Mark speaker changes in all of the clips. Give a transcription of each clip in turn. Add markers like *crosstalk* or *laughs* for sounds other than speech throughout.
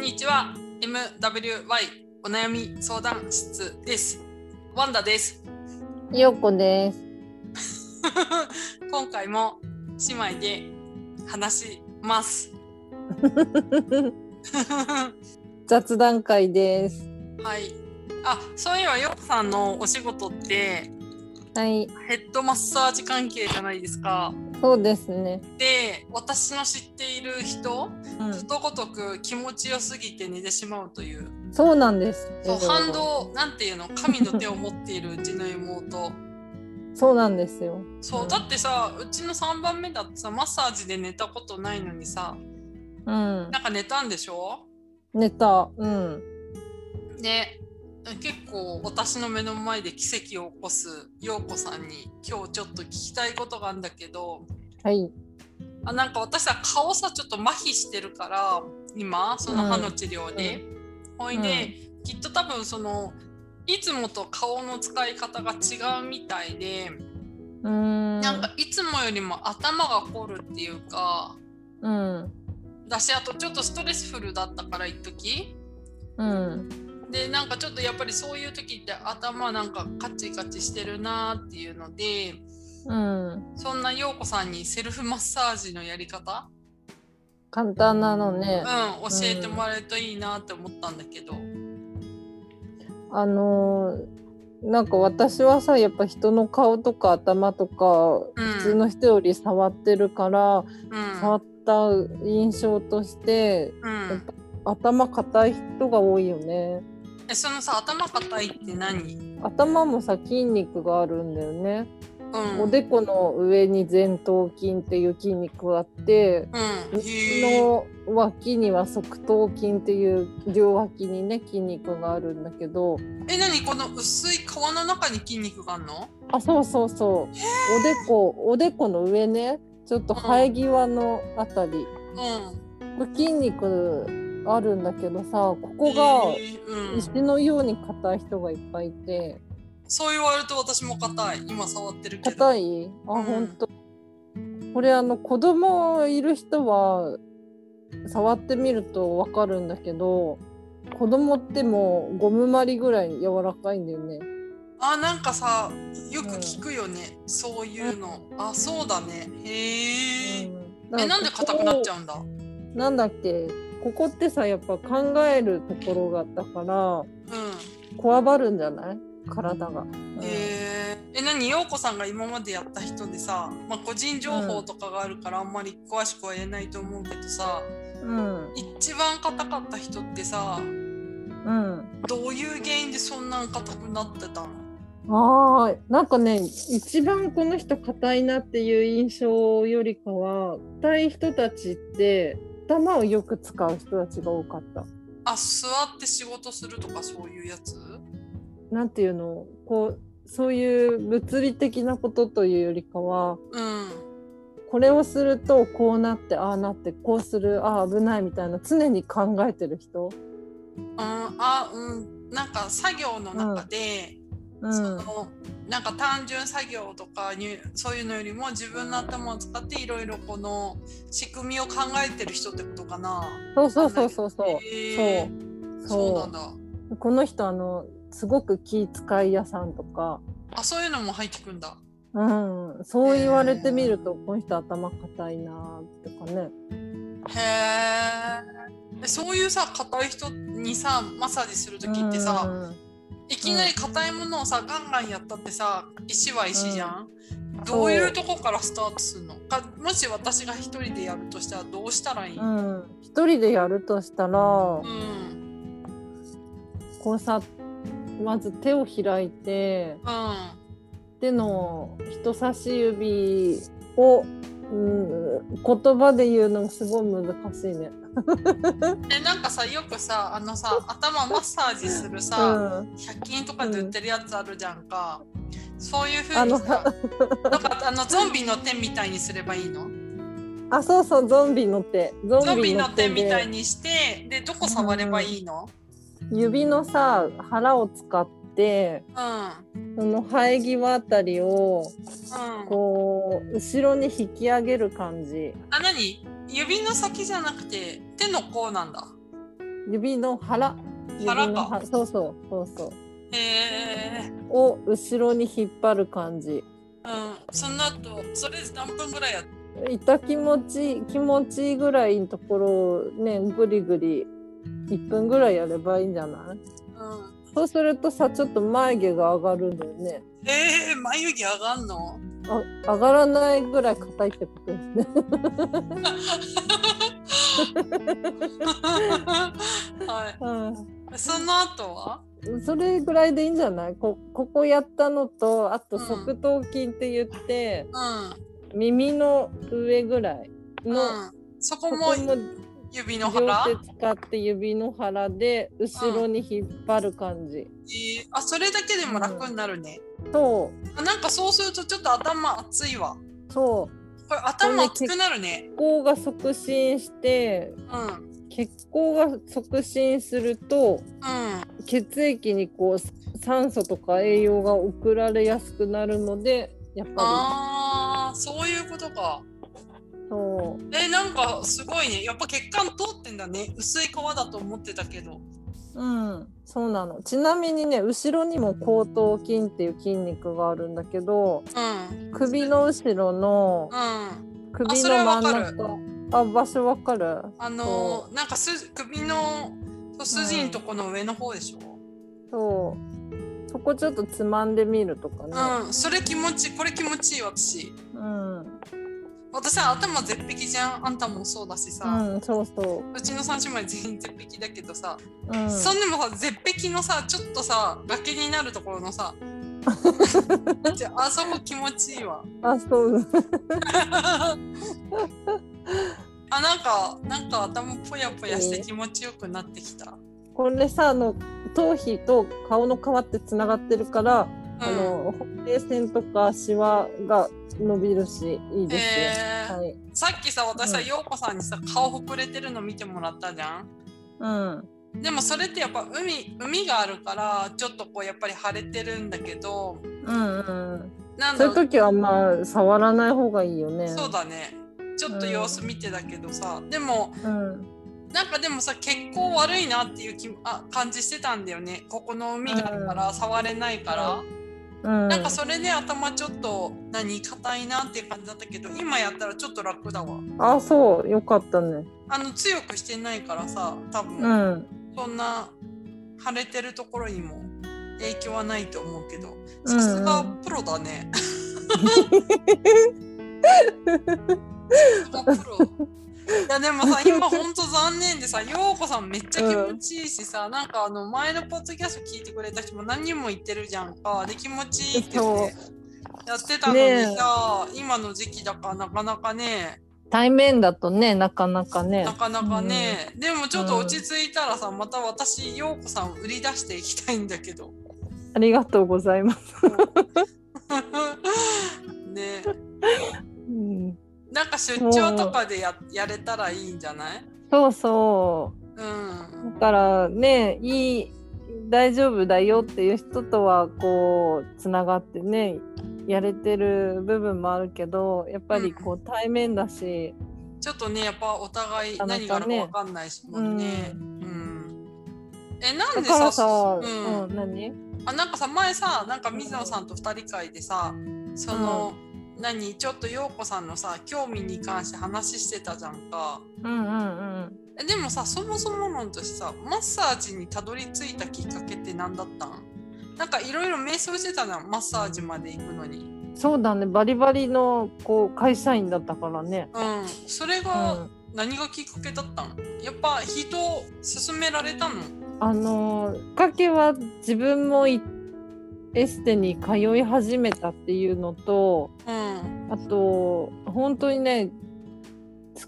Speaker 1: にちは MWY お悩み相談室ですワンダです *laughs*
Speaker 2: よこです。
Speaker 1: 今回も姉妹で話します *laughs*
Speaker 2: 雑談会です。
Speaker 1: はいあそういえばヨウさんのお仕事って
Speaker 2: はい、
Speaker 1: ヘッドマッサージ関係じゃないですか
Speaker 2: そうですね。
Speaker 1: で私の知っている人
Speaker 2: う、
Speaker 1: ことごとく気持ちよすぎて寝てしまうというん
Speaker 2: そうなんです。
Speaker 1: そう反。動なんていうの神の手を持っているうちの妹
Speaker 2: そうなんですよ。
Speaker 1: そうだってさうちの3番目だってさマッサージで寝たことないのにさ
Speaker 2: うん。
Speaker 1: なんか寝たんでしょ
Speaker 2: ネタ、うん。
Speaker 1: で結構私の目の前で奇跡を起こす陽子さんに今日ちょっと聞きたいことがあるんだけど
Speaker 2: はい。
Speaker 1: あなんか私さ顔さちょっと麻痺してるから今その歯の治療で、ほいで、きっと多分そのいつもと顔の使い方が違うみたいで、
Speaker 2: うーん。
Speaker 1: なんかいつもよりも頭が凝るっていうか
Speaker 2: うん。
Speaker 1: だしあとちょっとストレスフルだったから一時
Speaker 2: うん。
Speaker 1: でなんかちょっとやっぱりそういう時って頭なんかカチカチしてるなーっていうので
Speaker 2: うん。
Speaker 1: そんな陽子さんにセルフマッサージのやり方、
Speaker 2: 簡単なの
Speaker 1: う
Speaker 2: ね
Speaker 1: ん、。教えてもらえるといいなって思ったんだけど。
Speaker 2: あのーなんか私はさやっぱ人の顔とか頭とか
Speaker 1: うん
Speaker 2: 普通の人より触ってるから、
Speaker 1: うん
Speaker 2: 触った印象として
Speaker 1: うん、
Speaker 2: 頭固い人が多いよね
Speaker 1: えそのさ頭硬いって何、
Speaker 2: 頭もさ筋肉があるんだよね、
Speaker 1: うん、
Speaker 2: おでこの上に前頭筋っていう筋肉があって
Speaker 1: うん
Speaker 2: 右
Speaker 1: へー
Speaker 2: の脇には側頭筋っていう両脇にね筋肉があるんだけど
Speaker 1: え何この薄い皮の中に筋肉があるの
Speaker 2: あそうそうそうおでこおでこの上ねちょっと生え際のあたり
Speaker 1: うん
Speaker 2: これ筋肉あるんだけどさここが
Speaker 1: へーうん
Speaker 2: 石のように硬い人がいっぱいいて
Speaker 1: そう言われると私も硬い。今触ってるけど。
Speaker 2: 硬いあ
Speaker 1: うん
Speaker 2: 本当これあの子供いる人は触ってみるとわかるんだけど子供ってもうゴムまりぐらい柔らかいんだよね
Speaker 1: あ、なんかさ、よく聞くよね。そういうの。あ、そうだね。へえ。え、なんで硬くなっちゃう
Speaker 2: う
Speaker 1: んだ。うん。
Speaker 2: んなんだっけここってさやっぱ考えるところがあったからこわばるんじゃない体が、うん
Speaker 1: へえ。え、何、ようこさんが今までやった人でさ、まあ、個人情報とかがあるから、あんまり詳しくは言えないと思うけどさ。
Speaker 2: うん
Speaker 1: 一番硬かった人ってさ、
Speaker 2: うん
Speaker 1: どういう原因でそんなん硬くなってたの。
Speaker 2: あーなんかね一番この人硬いなっていう印象よりかは硬い人たちって頭をよく使う人たちが多かった。
Speaker 1: あ、座って仕事するとか、そういうやつ。
Speaker 2: なんていうのこうそういう物理的なことというよりかは
Speaker 1: うん。
Speaker 2: これをするとこうなってああなってこうするああ危ないみたいな常に考えてる人。
Speaker 1: うん、あ、うん、なんか作業の中で。
Speaker 2: うん、
Speaker 1: そのなんか単純作業とかにそういうのよりも自分の頭を使っていろいろこの仕組みを考えてる人ってことかな。
Speaker 2: そうそうそうそうそう。
Speaker 1: へー
Speaker 2: そう
Speaker 1: そうな
Speaker 2: そ
Speaker 1: んだ。
Speaker 2: うこの人あのすごく気遣い屋さんとか。
Speaker 1: あそういうのも入ってくんだ。
Speaker 2: うん、そう言われてみると、この人頭固いなーとかね。
Speaker 1: へえ。そういうさ硬い人にさマッサージする時ってさ、いきなり硬いものをさガンガンやったってさ石は石じゃん。どういうとこからスタートするのかもし私が一人でやるとしたらどうしたらいい、
Speaker 2: うん、うん、一人でやるとしたら、
Speaker 1: うん、
Speaker 2: こうさ、まず手を開いて、
Speaker 1: うん
Speaker 2: 手の人差し指を、うん、言葉で言うのすごい難しいね。
Speaker 1: えなんかさよくさあのさ頭マッサージするさ、
Speaker 2: うん、
Speaker 1: 100均とかで売ってるやつあるじゃんか、そういう風
Speaker 2: あ
Speaker 1: に
Speaker 2: の
Speaker 1: さなんかあのゾンビの手みたいにすればいいの
Speaker 2: あ、そうそう、ゾンビの手。ゾ
Speaker 1: ゾンビの手みたい
Speaker 2: で
Speaker 1: にしてでどこ触ればいいの
Speaker 2: 指のさ、腹を使って、
Speaker 1: うんう
Speaker 2: その生え際あたりを、
Speaker 1: ん
Speaker 2: こう後ろに引き上げる感じ
Speaker 1: あ何指の先じゃなくて手の甲なんだ
Speaker 2: 指の腹指の
Speaker 1: 腹か
Speaker 2: そうそうそうそう
Speaker 1: へえ
Speaker 2: を後ろに引っ張る感じ
Speaker 1: うんその後それ何分ぐらいやっ
Speaker 2: 痛気持ち気持ちいいぐらいのところをねぐりぐり1分ぐらいやればいいんじゃな
Speaker 1: う
Speaker 2: い
Speaker 1: ん
Speaker 2: そうするとさちょっと眉毛が上がるんだよね
Speaker 1: えー、眉毛上がんの *laughs*
Speaker 2: あ上がらないぐらい硬いってことですね
Speaker 1: は
Speaker 2: う
Speaker 1: いその後は
Speaker 2: んそれぐらいでいいんじゃないこここやったのとあと
Speaker 1: うん
Speaker 2: 側頭筋って言って、
Speaker 1: うん
Speaker 2: 耳の上ぐらいの、
Speaker 1: うんそこ
Speaker 2: こ
Speaker 1: も
Speaker 2: こも
Speaker 1: 指の腹
Speaker 2: 両手使って指の腹で後ろに引っ張る感じ、
Speaker 1: えーあそれだけでも楽になるね、
Speaker 2: と
Speaker 1: あなんかそうするとちょっと頭熱いわ
Speaker 2: そう
Speaker 1: これ頭熱くなるね
Speaker 2: 血行が促進して
Speaker 1: うんうん
Speaker 2: 血行が促進すると血液にこう酸素とか栄養が送られやすくなるのでやっぱ
Speaker 1: あーそういうことか
Speaker 2: りそ
Speaker 1: えなんかすごいねやっぱ血管通ってんだね薄い皮だと思ってたけど
Speaker 2: う、うん、そうなのちなみにね後ろにも後頭筋っていう筋肉があるんだけど
Speaker 1: うん
Speaker 2: 首の後ろの
Speaker 1: うん
Speaker 2: 首
Speaker 1: そ
Speaker 2: の
Speaker 1: れ
Speaker 2: 真
Speaker 1: わ
Speaker 2: ん
Speaker 1: かる
Speaker 2: 中あ場所わかる
Speaker 1: あのーなんかす首のそう筋のとこの上の方でしょ
Speaker 2: そうそこちょっとつまんでみるとかね
Speaker 1: うん、それ気持ちいいこれ気持ちいい私
Speaker 2: うん、
Speaker 1: 私さ頭絶壁じゃんあんたもそうだしさ、
Speaker 2: うん、そうそう
Speaker 1: ちの三姉妹全員絶壁だけどさ、
Speaker 2: う、うん、
Speaker 1: そんでもさ絶壁のさちょっとさ崖になるところの
Speaker 2: *laughs*
Speaker 1: さじゃああそこ気持ちいいわ
Speaker 2: あそう *laughs*
Speaker 1: あなんかなんか頭ぽやぽやして気持ちよくなってきた、
Speaker 2: これさあの頭皮と顔の皮ってつながってるから、あ
Speaker 1: うん
Speaker 2: のほうれい線とかシワが伸びるしいいですよ、
Speaker 1: えー
Speaker 2: はい
Speaker 1: さっきさ私さ
Speaker 2: うん
Speaker 1: 陽子さんにさ顔ほくれてるの見てもらったじゃん
Speaker 2: うん
Speaker 1: でもそれってやっぱ海海があるからちょっとこうやっぱり腫れてるんだけど
Speaker 2: うんうん、
Speaker 1: なん
Speaker 2: そ
Speaker 1: だ
Speaker 2: うい
Speaker 1: ろ
Speaker 2: う
Speaker 1: う
Speaker 2: 時はまあ触らない方がいいよね。
Speaker 1: そうだねちょっと様子見てだけどさ、でも
Speaker 2: うん、
Speaker 1: なんかでもさ血行悪いなっていう気あ感じしてたんだよねここの海があるから、触れないから、
Speaker 2: うん、
Speaker 1: なんかそれで頭ちょっと何硬いなっていう感じだったけど今やったらちょっと楽だわ
Speaker 2: あそうよかったね。
Speaker 1: あの強くしてないからさ多分、
Speaker 2: うん、
Speaker 1: そんな腫れてるところにも影響はないと思うけどさすがプロだね。さすがプロいやでもさ今ほんと残念でさ陽子さんめっちゃ気持ちいいしさ、なんかあの前のポッドキャスト聞いてくれた人も何人も言ってるじゃんかで気持ちいいって言ってやってたのにさ、今の時期だからなかなかね
Speaker 2: 対面だとねなかなかね
Speaker 1: な。かなかね、でもちょっと落ち着いたらさ、また私陽子さんを売り出していきたいんだけど *laughs*
Speaker 2: ありがとうございます。
Speaker 1: ね
Speaker 2: うん、
Speaker 1: なんか出張とかでややれたらいいんじゃない
Speaker 2: そうそ
Speaker 1: う
Speaker 2: う。だ
Speaker 1: ん
Speaker 2: からねいい大丈夫だよっていう人とはこうつながってねやれてる部分もあるけどやっぱりこう対面だし、
Speaker 1: ちょっとねやっぱお互い
Speaker 2: なかな
Speaker 1: 何がある
Speaker 2: か
Speaker 1: か
Speaker 2: ね
Speaker 1: わかんないしもんね。う
Speaker 2: う
Speaker 1: んえなん
Speaker 2: だ
Speaker 1: で
Speaker 2: か
Speaker 1: さ
Speaker 2: らさ、
Speaker 1: う
Speaker 2: うん
Speaker 1: ん
Speaker 2: 何
Speaker 1: あなんかさ前さなんか水野さんと二人会でさその、何ちょっと陽子さんのさ興味に関して話してたじゃんか。
Speaker 2: うんうんうん
Speaker 1: えでもさそもそも論としてさマッサージにたどり着いたきっかけって何だったんなんかいろいろ瞑想してたなマッサージまで行くのに
Speaker 2: そうだねバリバリのこう会社員だったからね。
Speaker 1: うんそれ
Speaker 2: うん
Speaker 1: が何がきっかけだったんやっぱ人を勧められたの
Speaker 2: あのーきっかけは自分もいエステに通い始めたっていうのと、
Speaker 1: うん
Speaker 2: あと本当にね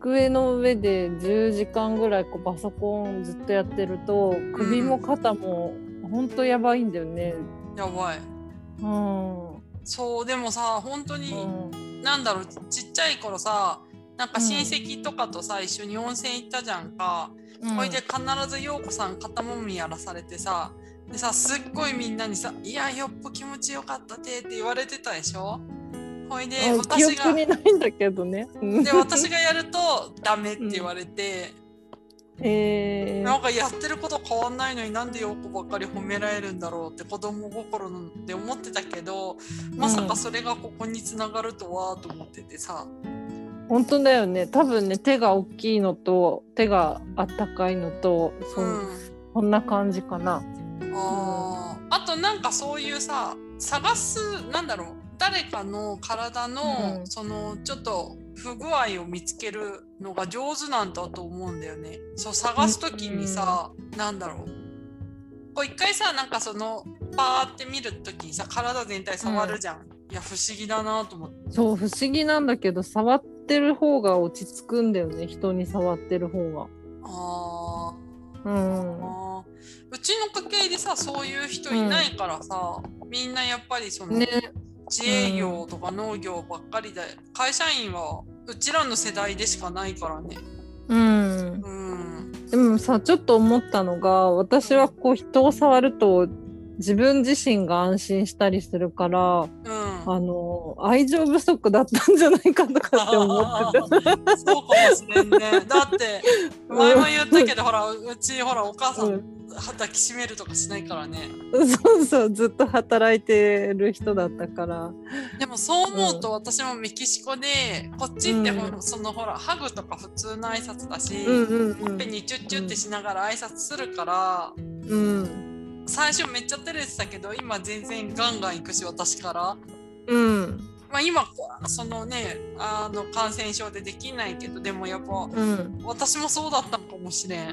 Speaker 2: 机の上で10時間ぐらいこうパソコンずっとやってると首も肩も本当やばいんだよね。
Speaker 1: やばい
Speaker 2: うん、うん
Speaker 1: そうでもさ本当になんだろうちっちゃい頃さなんか親戚とかとさ一緒に温泉行ったじゃんか、ほいで必ず陽子さん肩もみやらされてさでさすっごいみんなにさ「いやよっぽ気持ちよかったて」って言われてたでしょほいで
Speaker 2: うん記
Speaker 1: 私が
Speaker 2: 憶にないんだけどね。うん
Speaker 1: で私がやると「ダメ」って言われて、
Speaker 2: え
Speaker 1: なんかやってること変わんないのになんで陽子ばっかり褒められるんだろうって子供心で思ってたけどまさかそれがここにつながるとはと思っててさ、
Speaker 2: 本当だよね多分ね手が大きいのと手があったかいのとそ,、
Speaker 1: うん
Speaker 2: こんな感じかな。
Speaker 1: あーあとなんかそういうさ探すなんだろう誰かの体の、
Speaker 2: うん
Speaker 1: そのちょっと不具合を見つけるのが上手なんだと思うんだよね。そう探す時にさ、なんだろうこう一回さなんかそのパーって見る時にさ体全体触るじゃん。いや不思議だなと思って。
Speaker 2: そう不思議なんだけど触ってる方が落ち着くんだよね人に触ってる方が。
Speaker 1: あー
Speaker 2: うん、
Speaker 1: あーうちの家系でさそういう人いないからさ、みんなやっぱりその、
Speaker 2: ね
Speaker 1: 自営業とか農業ばっかりで、会社員はうちらの世代でしかないからね。
Speaker 2: うん、
Speaker 1: うん。
Speaker 2: でもさちょっと思ったのが私はこう人を触ると自分自身が安心したりするから
Speaker 1: うん。
Speaker 2: あの愛情不足だったんじゃないかとかって思って
Speaker 1: *laughs* そうかもしれんね。だって
Speaker 2: うん
Speaker 1: 前も言ったけど、ほらうちほらお母
Speaker 2: た、
Speaker 1: さ
Speaker 2: うんん、
Speaker 1: 抱きしめるとかしないからね。
Speaker 2: そうそうずっと働いてる人だったから
Speaker 1: でもそう思うと私もメキシコでこっちってほらそのほらハグとか普通の挨拶だし、
Speaker 2: うんうん
Speaker 1: ほっぺにチュッチュってしながら挨拶するから。
Speaker 2: うんうん
Speaker 1: 最初めっちゃ照れてたけど今全然ガンガン行くし私から
Speaker 2: うん
Speaker 1: まあ、今そのねあの感染症でできないけどでもやっぱ
Speaker 2: うん
Speaker 1: 私もそうだったのかもしれ *laughs* ん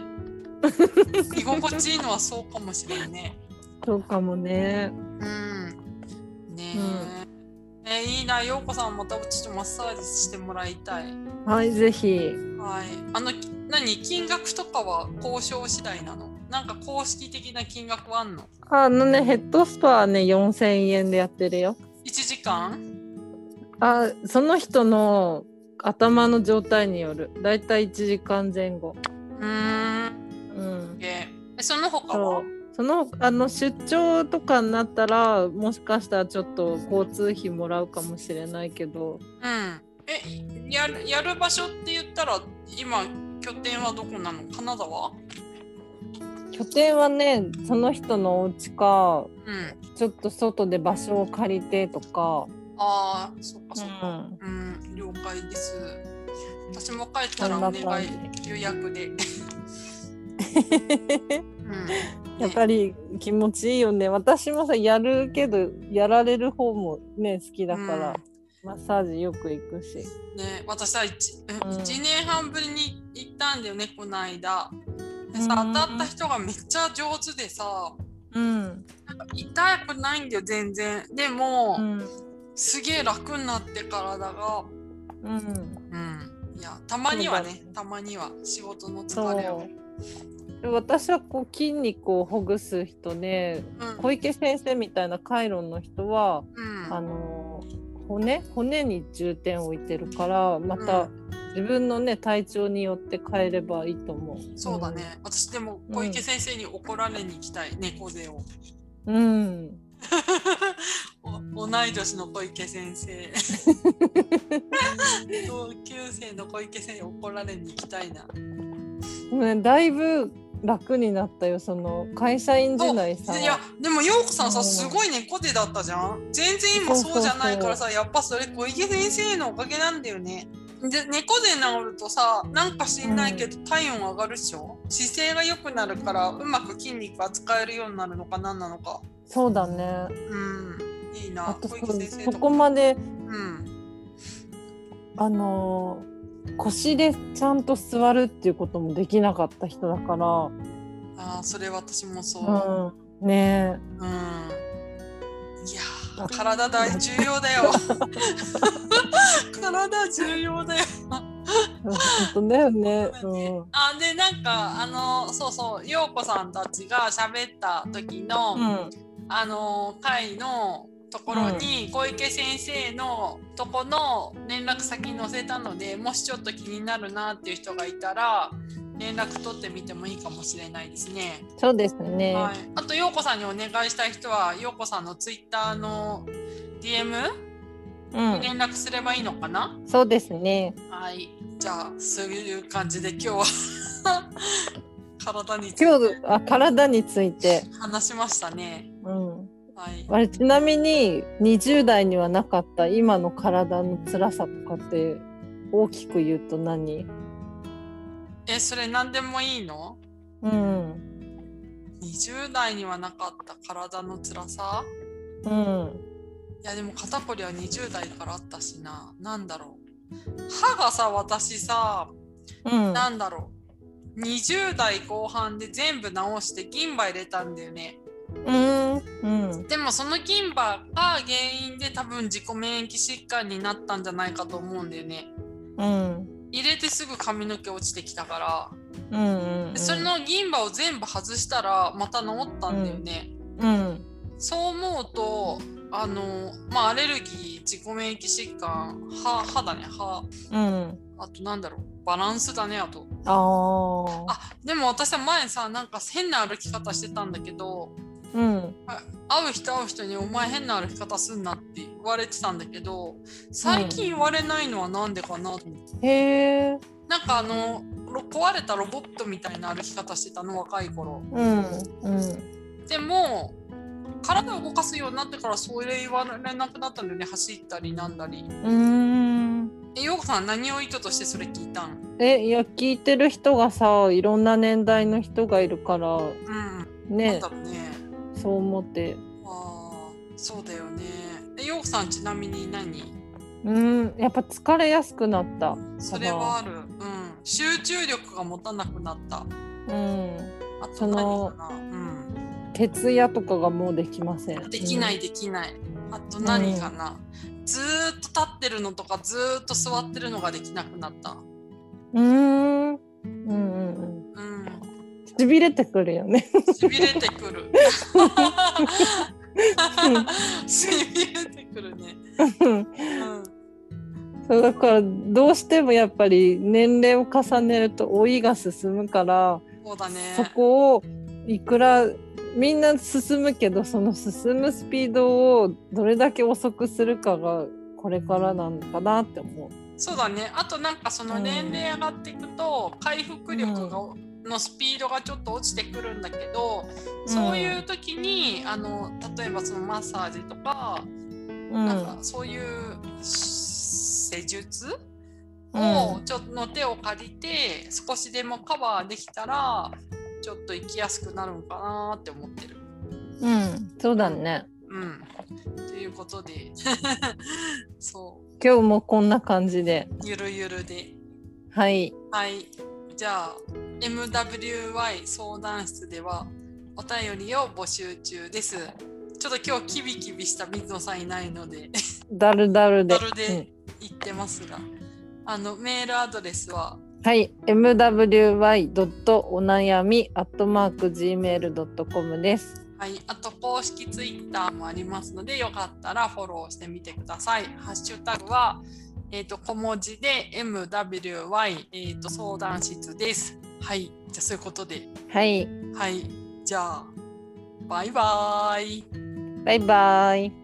Speaker 1: 居心地いいのはそうかもしれんね
Speaker 2: そうかもね
Speaker 1: うんねえ、えいいな陽子さんまたちょっとマッサージしてもらいたい
Speaker 2: はいぜひ
Speaker 1: はいあのき何金額とかは交渉次第なのなんか公式的な金額はあんの
Speaker 2: あのねヘッドスパはね4000円でやってるよ
Speaker 1: ?1 時間
Speaker 2: あその人の頭の状態によるだいたい1時間前後
Speaker 1: うーん
Speaker 2: うん
Speaker 1: えその他
Speaker 2: そ
Speaker 1: は
Speaker 2: うそのあの出張とかになったらもしかしたらちょっと交通費もらうかもしれないけど
Speaker 1: うん。え、やるやる場所って言ったら、今、拠点はどこなの金沢
Speaker 2: 拠点はねその人のお家か
Speaker 1: うん。
Speaker 2: ちょっと外で場所を借りてとか、
Speaker 1: ああ、そっか
Speaker 2: う
Speaker 1: そっか。
Speaker 2: ん、
Speaker 1: うん、了解です。私も帰った
Speaker 2: そん
Speaker 1: らお
Speaker 2: な
Speaker 1: 願
Speaker 2: 感
Speaker 1: い
Speaker 2: じ。
Speaker 1: 予約で。うん。
Speaker 2: *laughs* やっぱり気持ちいいよね私もさやるけどやられる方もね好きだから、マッサージよく行くし
Speaker 1: ね、私さ 1,
Speaker 2: うん
Speaker 1: 年半ぶりに行ったんだよねこの間でさ
Speaker 2: うん
Speaker 1: 当たった人がめっちゃ上手でさ
Speaker 2: うん、
Speaker 1: なんか痛くないんだよ全然でも、
Speaker 2: うん
Speaker 1: すげえ楽になって体が
Speaker 2: うん、
Speaker 1: うんいやたまには
Speaker 2: そう
Speaker 1: ね
Speaker 2: だね
Speaker 1: たまには仕事の疲れを
Speaker 2: そ、う私はこう筋肉をほぐす人ね
Speaker 1: うん
Speaker 2: 小池先生みたいなカイロンの人は
Speaker 1: うん
Speaker 2: あの骨骨に重点を置いてるからまた自分のね体調によって変えればいいと思う。
Speaker 1: そうだね私でも小池先生に怒られに行きたい猫背を *laughs*
Speaker 2: うん。
Speaker 1: お同い年の小池先生
Speaker 2: *laughs*
Speaker 1: 同級生の小池先生怒られに行きたいな
Speaker 2: うん、ねだいぶ楽になったよその会社員時代さ。
Speaker 1: いやでも陽子さんさ
Speaker 2: うん
Speaker 1: すごい猫背だったじゃん全然今そうじゃないからさやっぱそれ小池先生のおかげなんだよねで猫背治るとさなんか知んないけど体温上がるでしょ姿勢が良くなるからうまく筋肉が使えるようになるのか何なのか
Speaker 2: そうだね。
Speaker 1: うんいい
Speaker 2: あ
Speaker 1: な
Speaker 2: と
Speaker 1: 小
Speaker 2: そ
Speaker 1: 池先生
Speaker 2: そ
Speaker 1: と
Speaker 2: こ
Speaker 1: か
Speaker 2: まで
Speaker 1: うん
Speaker 2: あのー腰でちゃんと座るっていうこともできなかった人だか
Speaker 1: あーそれ私もそう
Speaker 2: ら。うん。ねえ。
Speaker 1: うん、いやー体大重要だ *laughs* よ体重要だよ
Speaker 2: 本当だよね。うん。
Speaker 1: あでなんかあのそうそう陽子さんたちが喋った時の、
Speaker 2: うん。
Speaker 1: あの会のところに小池先生のとこの連絡先載せたのでもしちょっと気になるなっていう人がいたら連絡取ってみてもいいかもしれないですね。
Speaker 2: そうですね。
Speaker 1: はい、あと陽子さんにお願いしたい人は陽子さんのツイッターの DM
Speaker 2: うん。
Speaker 1: 連絡すればいいのかな、
Speaker 2: そうですね。
Speaker 1: はい。じゃあそういう感じで今日は *laughs* 体につい
Speaker 2: 今
Speaker 1: て
Speaker 2: 日あ体について、
Speaker 1: 話しましたね。
Speaker 2: うん、
Speaker 1: はい、
Speaker 2: あれちなみに20代にはなかった今の体の辛さとかって大きく言うと何、
Speaker 1: えそれ何でもいいの
Speaker 2: うん
Speaker 1: 20代にはなかった体の辛さ
Speaker 2: うん、
Speaker 1: いやでも肩こりは20代からあったしななんだろう歯がさ私さ
Speaker 2: うん、
Speaker 1: なんだろう20代後半で全部直して銀歯入れたんだよね
Speaker 2: うんうん
Speaker 1: でもその銀歯が原因で多分自己免疫疾患になったんじゃないかと思うんだよね
Speaker 2: うん
Speaker 1: 入れてすぐ髪の毛落ちてきたから
Speaker 2: うんうん
Speaker 1: でそれの銀歯を全部外したらまた治ったんだよね、
Speaker 2: うん
Speaker 1: そう思うとあのまあアレルギー自己免疫疾患歯歯だね歯
Speaker 2: うん
Speaker 1: あとなんだろうバランスだねあと
Speaker 2: ああ
Speaker 1: あでも私は前さなんか変な歩き方してたんだけど
Speaker 2: うん
Speaker 1: 会う人会う人に「お前変な歩き方すんな」って言われてたんだけど最近言われないのはなんでかなと思って、
Speaker 2: へえ
Speaker 1: なんかあのろ壊れたロボットみたいな歩き方してたの若い頃
Speaker 2: うんうん
Speaker 1: でも体を動かすようになってからそれ言われなくなったんだよね走ったりなんだり
Speaker 2: うん
Speaker 1: えようこさん何を意図としてそれ聞いたん
Speaker 2: えいや聞いてる人がさいろんな年代の人がいるから
Speaker 1: うん、なん
Speaker 2: ね
Speaker 1: だろうね
Speaker 2: そう思って
Speaker 1: あーそうだよねえようこさんちなみに何
Speaker 2: うんやっぱ疲れやすくなった
Speaker 1: それはある、うん、集中力が持たなくなった
Speaker 2: うん
Speaker 1: あと
Speaker 2: その
Speaker 1: 何かな、うん、
Speaker 2: 徹夜とかがもうできません、
Speaker 1: できないいできないあと何かな、ずーっと立ってるのとかずーっと座ってるのができなくなった
Speaker 2: うん、うんうんうん
Speaker 1: うん
Speaker 2: しびれてくるよね *laughs*
Speaker 1: しびれてくる *laughs* しびれてくるね、うん、
Speaker 2: そうだからどうしてもやっぱり年齢を重ねると老いが進むから
Speaker 1: そうだね
Speaker 2: そこをいくらみんな進むけどその進むスピードをどれだけ遅くするかがこれからなのかなって思う。
Speaker 1: そうだねあとなんかその
Speaker 2: うん
Speaker 1: 年齢上がっていくと回復力が、のスピードがちょっと落ちてくるんだけど、そういう時にあの例えばそのマッサージとか、
Speaker 2: うん
Speaker 1: なんかそういう施術
Speaker 2: うん
Speaker 1: をちょっとの手を借りて少しでもカバーできたらちょっと生きやすくなるのかなって思ってる。
Speaker 2: うん、そうだね。
Speaker 1: うん、ということで *laughs* そ
Speaker 2: 今日もこんな感じで。
Speaker 1: うゆるゆるで。
Speaker 2: はい。
Speaker 1: はい。じゃあ、MWY 相談室ではお便りを募集中です。ちょっと今日キビキビした水野さんいないので
Speaker 2: だるだるで。
Speaker 1: だるで言ってますが、あのメールアドレスは
Speaker 2: うんはい。mwy. お悩み @gmail.com です。
Speaker 1: はい、あと公式ツイッターもありますので、よかったらフォローしてみてください。ハッシュタグは、えっ、と、小文字で MWY、えっ、と、相談室です。はい、じゃあそういうことで、
Speaker 2: はい。
Speaker 1: はい、じゃあ、バイバイ。
Speaker 2: バイバイ。